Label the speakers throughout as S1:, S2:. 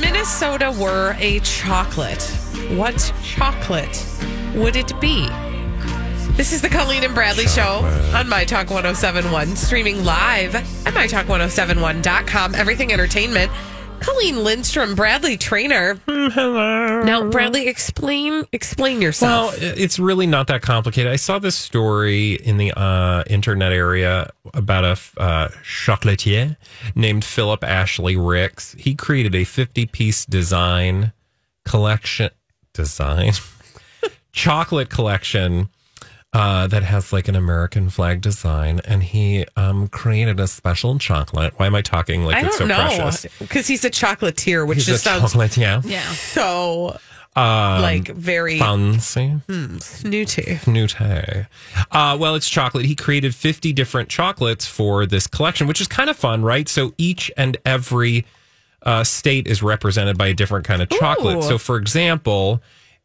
S1: Minnesota were a chocolate, what chocolate would it be? This is the Colleen and Bradley Show on My Talk 1071, streaming live at MyTalk1071.com, everything entertainment. Colleen Lindstrom, Bradley Trainer.
S2: Hello.
S1: Now, Bradley, explain explain
S2: Well,
S1: yourself.
S2: i- it's really not that complicated. I saw this story in the uh, internet area about a f- uh, chocolatier named Philip Ashley Ricks. He created a 50 piece design collection, design, chocolate collection uh, that has like an American flag design. And he um, created a special chocolate. Why am I talking like
S1: I
S2: it's
S1: don't
S2: so
S1: know
S2: precious?
S1: because he's a chocolatier, which
S2: He's
S1: just
S2: a
S1: sounds
S2: chocolatier.
S3: Yeah.
S1: so
S2: Um,
S1: like very
S2: fancy.
S1: snooty.
S2: Knute. Uh, well, it's chocolate. He created 50 different chocolates for this collection, which is kind of fun, right? So each and every uh, state is represented by a different kind of chocolate.
S1: Ooh.
S2: So, for example,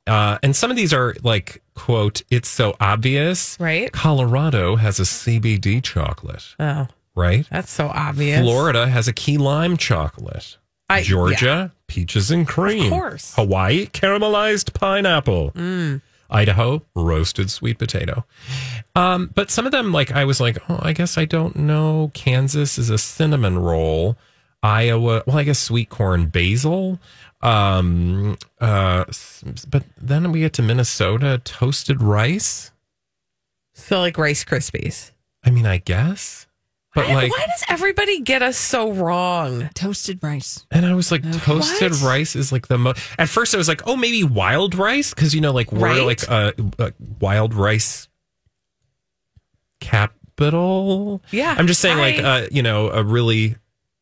S2: uh, and some of these are like, quote, it's so obvious.
S1: Right.
S2: Colorado has a CBD chocolate,
S1: Oh,
S2: right?
S1: that's so obvious.
S2: Florida has a key lime chocolate.
S1: I-
S2: Georgia, peaches and cream.
S1: course. Mm.
S2: Hawaii, caramelized pineapple. Idaho, roasted sweet potato. Um, but some of them, like, I was like, oh, I guess I don't know. Kansas is a cinnamon roll. Iowa, well, I guess sweet corn basil. Um, uh, s- but then we get to Minnesota, toasted rice.
S1: So like Rice Krispies.
S2: I mean, I guess. But
S1: I-
S2: like,
S1: why does everybody get us so wrong?
S3: Toasted rice.
S2: And I was like, toasted
S1: What?
S2: rice is like the most. At first, I was like, oh, maybe wild rice because you know, like we're
S1: Right.
S2: like a, a wild rice capital.
S1: Yeah,
S2: I'm just saying, like
S1: I-
S2: uh, you know, a really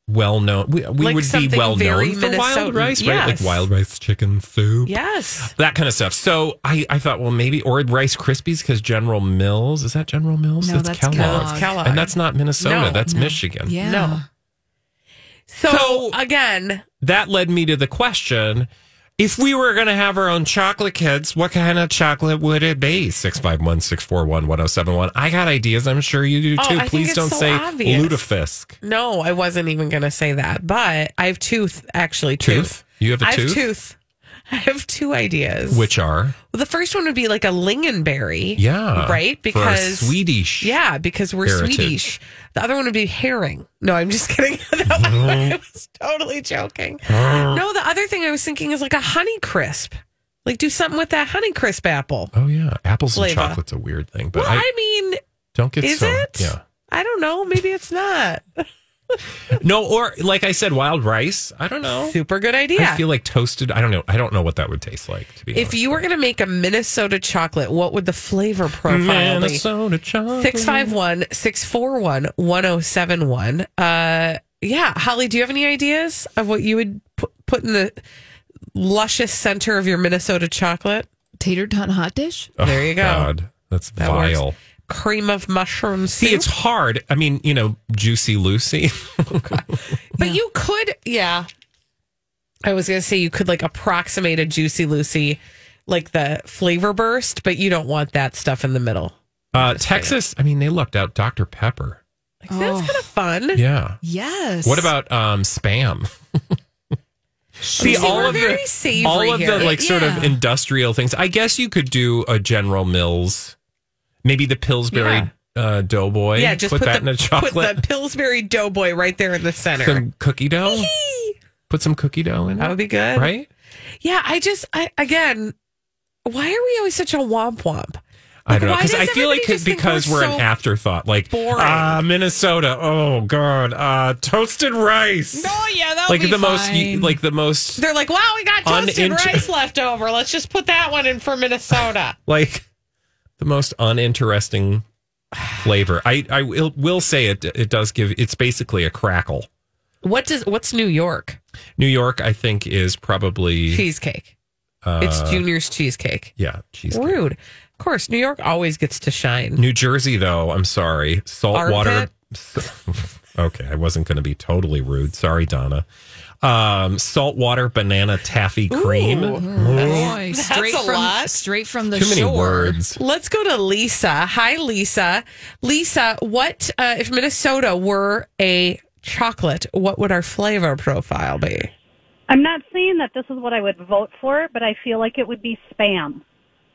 S2: well known. We, we
S1: Like
S2: would be
S1: something
S2: well
S1: very
S2: known for wild
S1: Minnesotan.
S2: rice, right?
S1: Yes.
S2: Like wild rice chicken soup.
S1: Yes.
S2: That kind of stuff. So I, I thought, well, maybe or Rice Krispies because General Mills is that General Mills?
S3: No, that's
S2: Kellogg's.
S3: Kellogg's.
S1: Kellogg.
S2: and that's not Minnesota.
S1: No.
S2: that's Michigan.
S3: Yeah.
S1: No. So,
S2: So-
S1: again,
S2: that led me to the question if we were going to have our own chocolate kids, what kind of chocolate would it be? 651 641 1071. I got ideas. I'm sure you do
S1: Oh,
S2: too.
S1: I think
S2: Please
S1: it's
S2: don't
S1: so
S2: say
S1: obvious.
S2: lutefisk.
S1: no, I wasn't even going to say that, but I have tooth actually
S2: Tooth? You have a
S1: I have
S2: tooth?
S1: tooth. I have two ideas.
S2: Which are?
S1: Well, the first one would be like a lingonberry.
S2: Yeah.
S1: Right?
S2: For our
S1: Because
S2: Swedish.
S1: Yeah, because we're
S2: Heritage.
S1: Swedish. The other one would be herring. No, I'm just kidding. No, I was totally joking. No, the other thing I was thinking is like a honey crisp. Like do something with that honey crisp apple.
S2: Oh, yeah. Apples and
S1: Flavor.
S2: chocolate's a weird thing, but
S1: Well, I,
S2: I
S1: mean,
S2: don't get
S1: is
S2: so.
S1: it?
S2: Yeah.
S1: I don't know. Maybe it's not.
S2: No, or like I said, wild rice. I don't know.
S1: Super good idea.
S2: I feel like toasted. I don't know. I don't know what that would taste like, to be
S1: if
S2: honest.
S1: you were going to make a Minnesota chocolate, what would the flavor profile be?
S2: Minnesota chocolate.
S1: 651 641 1071. Uh, yeah, Holly, do you have any ideas of what you would pu- put in the luscious center of your Minnesota chocolate?
S3: Tater tot hot dish.
S2: Oh,
S1: There you go.
S2: God, that's
S1: That works.
S2: vile.
S1: Cream of mushroom soup.
S2: See, it's hard. I mean, you know, Juicy Lucy. Uh,
S1: but you could, yeah. I was going to say you could like approximate a Juicy Lucy, like the flavor burst, but you don't want that stuff in the middle.
S2: Uh, Texas, I mean, they lucked out Dr. Pepper.
S1: Like, That's
S3: Oh.
S1: kind of fun.
S2: Yeah.
S3: Yes.
S2: What about um, Spam? See,
S1: we're
S2: all of
S1: very
S2: the
S1: savory
S2: all of
S1: here.
S2: the like sort of
S3: Yeah.
S2: industrial things. I guess you could do a General Mills, maybe the Pillsbury uh, Doughboy.
S1: yeah, just
S2: put,
S1: put,
S2: that
S1: the,
S2: in a chocolate.
S1: Put the Pillsbury Doughboy right there in the center.
S2: some cookie dough. put some cookie dough in.
S1: That would
S2: It,
S1: be good.
S2: right?
S1: Yeah, I just, I, again, why are we always such a womp womp?
S2: I don't know
S1: why
S2: because
S1: does
S2: I feel
S1: everybody
S2: like
S1: just think
S2: because
S1: we're
S2: we're,
S1: so
S2: an afterthought. Like
S1: boring?
S2: ah, Minnesota. Oh God, uh, toasted rice.
S3: Oh yeah, that
S2: like
S3: be
S2: the most,
S3: fine.
S2: like the most,
S1: They're like, wow, we got toasted
S2: Uninter-
S1: rice left over. Let's just put that one in for Minnesota.
S2: like the most uninteresting flavor. I I will, will say it. It does give. It's basically a crackle.
S1: what does what's New York
S2: New York, I think, is probably
S1: cheesecake?
S2: uh,
S1: It's Junior's cheesecake.
S2: yeah cheesecake.
S1: Rude. Of course, New York always gets to shine.
S2: New Jersey, though, I'm sorry, salt water.
S1: Armpit?
S2: okay, I wasn't going to be totally rude. Sorry, Donna. Um, saltwater banana taffy cream.
S3: Boy,
S1: That's
S3: straight
S1: a
S3: from
S1: lot.
S3: straight from the
S2: Too many
S3: shore.
S2: words.
S1: Let's go to Lisa. Hi, Lisa. Lisa, what uh, if Minnesota were a chocolate? What would our flavor profile be?
S4: I'm not saying that this is what I would vote for, but I feel like it would be spam.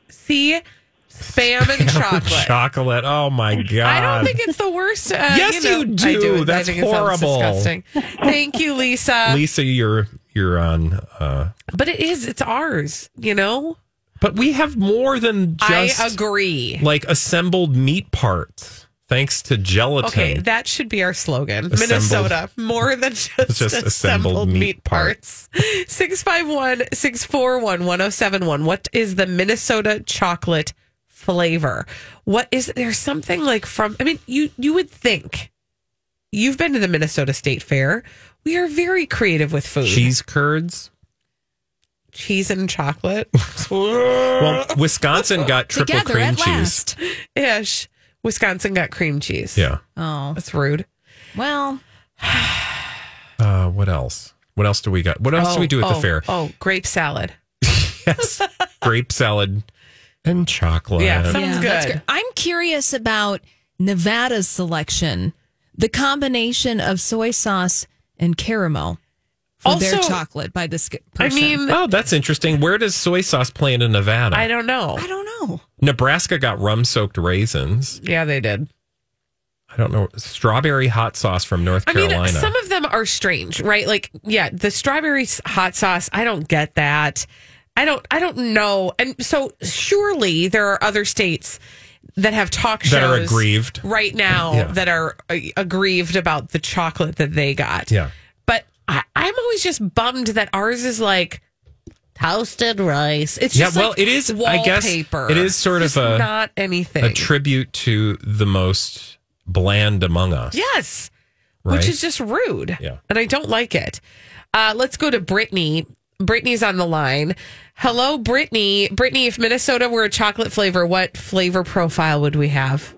S1: See, spam and chocolate.
S2: Chocolate. Oh my god.
S1: I don't think it's the worst. Uh,
S2: Yes,
S1: know,
S2: you do.
S1: I do.
S2: That's
S1: I think it sounds
S2: horrible.
S1: disgusting. Thank you, Lisa.
S2: Lisa, you're you're on. Uh,
S1: But it is. It's ours. You know.
S2: but we have more than just
S1: I agree.
S2: like assembled meat parts, thanks to gelatin.
S1: Okay, that should be our slogan.
S2: Assembled-
S1: Minnesota, more than just,
S2: just
S1: assembled,
S2: assembled
S1: meat,
S2: meat
S1: parts. 651 641 1071. What is the Minnesota chocolate flavor? What is there something like from I mean, you you would think you've been to the Minnesota State Fair. We are very creative with food.
S2: Cheese curds.
S1: Cheese and chocolate.
S2: Well, Wisconsin got triple
S3: Together
S2: cream
S3: at
S2: cheese.
S3: last.
S1: Ish. Wisconsin got cream cheese.
S2: Yeah.
S3: Oh
S1: That's rude.
S3: well.
S2: Uh, what else? What else do we got? What else do we do at
S1: oh,
S2: the fair?
S1: Oh, grape salad.
S2: Yes, grape salad and chocolate.
S1: Yeah, some- Sounds
S3: that's
S1: good.
S3: gr- I'm curious about Nevada's selection, the combination of soy sauce and caramel for their
S1: Also-
S3: chocolate by this g-
S1: I
S3: person.
S1: mean,
S2: oh, that's interesting. Where does soy sauce play into Nevada?
S1: I don't know.
S3: I don't know.
S2: Nebraska got rum soaked raisins.
S1: Yeah, they did.
S2: I don't know. Strawberry hot sauce from North
S1: I mean,
S2: Carolina.
S1: some of them are strange, right? Like, yeah, the strawberry s- hot sauce. I don't get that. I don't. I don't know. And so, surely there are other states that have talk shows
S2: That are aggrieved.
S1: right now
S2: Yeah.
S1: that are uh, aggrieved about the chocolate that they got.
S2: yeah.
S1: But I, I'm always just bummed that ours is like toasted rice. It's
S2: Yeah,
S1: just
S2: well,
S1: like
S2: it is- I guess
S1: wallpaper.
S2: it is sort
S1: Just
S2: of a-
S1: not anything.
S2: A tribute to the most bland among us.
S1: yes.
S2: Right?
S1: which is just rude.
S2: Yeah.
S1: And I don't like it. Uh, let's go to Brittany. Brittany's on the line. Hello, Brittany. Brittany, if Minnesota were a chocolate flavor, what flavor profile would we have?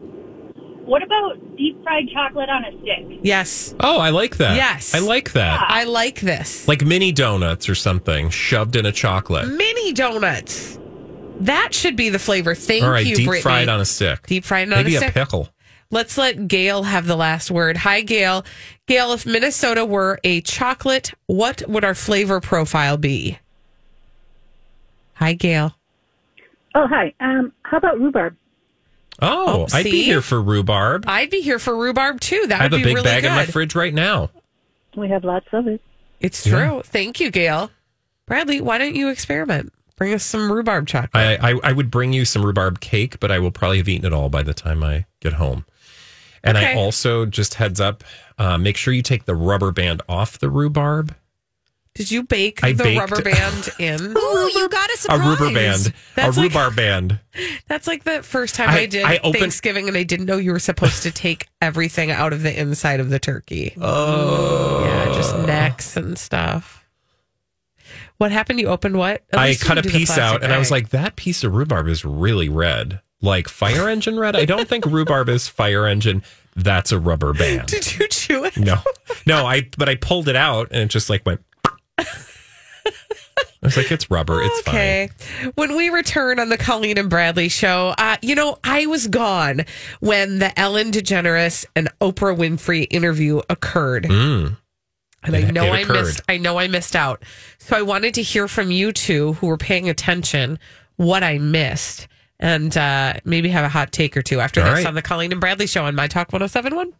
S4: What about deep fried chocolate on a stick?
S1: Yes.
S2: Oh, I like that.
S1: Yes.
S2: I like that.
S1: I like this.
S2: Like mini donuts or something shoved in a chocolate.
S1: Mini donuts. That should be the flavor. Thank
S2: All right,
S1: you,
S2: deep
S1: Brittany.
S2: fried on a stick.
S1: Deep fried on
S2: Maybe
S1: a
S2: a,
S1: stick.
S2: pickle.
S1: Let's let Gail have the last word. Hi, Gail. Gail, if Minnesota were a chocolate, what would our flavor profile be? Hi, Gail.
S4: Oh, hi. Um, how about rhubarb?
S2: Oh,
S1: Oh,
S2: I'd
S1: see?
S2: be here for rhubarb.
S1: I'd be here for rhubarb too. That
S2: I have
S1: would
S2: a
S1: be
S2: big
S1: really
S2: bag
S1: good.
S2: in my fridge right now.
S4: We have lots of it.
S1: It's true. Thank you, Gail. Bradley, why don't you experiment? Bring us some rhubarb chocolate.
S2: I, I I would bring you some rhubarb cake, but I will probably have eaten it all by the time I get home. And
S1: Okay.
S2: I also just heads up, uh, make sure you take the rubber band off the rhubarb.
S1: Did you bake
S2: I
S1: the
S2: baked-
S1: rubber band in?
S3: Ooh, you got a
S2: A
S3: surprise.
S2: rubber band.
S1: That's
S2: a
S1: like-
S2: rhubarb band.
S1: That's like the first time I,
S2: I-
S1: did
S2: I opened-
S1: Thanksgiving, and I didn't know you were supposed to take everything out of the inside of the turkey.
S2: Oh.
S1: yeah, just necks and stuff. What happened? You opened what? At
S2: I
S1: least you
S2: cut a
S1: didn't do the
S2: piece out
S1: plastic
S2: and I was
S1: bag.
S2: like, that piece of rhubarb is really red. Like fire engine red? I don't think rhubarb is fire engine. That's a rubber band.
S1: "Did you chew it?"
S2: No, no, I but I pulled it out and it just like went. I was like, it's rubber, it's
S1: okay. When we return on the Colleen and Bradley show, uh, you know, I was gone when the Ellen DeGeneres and Oprah Winfrey interview occurred. And I
S2: Hmm. It-
S1: know
S2: it
S1: I
S2: occurred.
S1: missed I know I missed out. So I wanted to hear from you two who were paying attention what I missed and uh, maybe have a hot take or two after
S2: All
S1: this
S2: right.
S1: on the Colleen and Bradley show on My Talk 1071.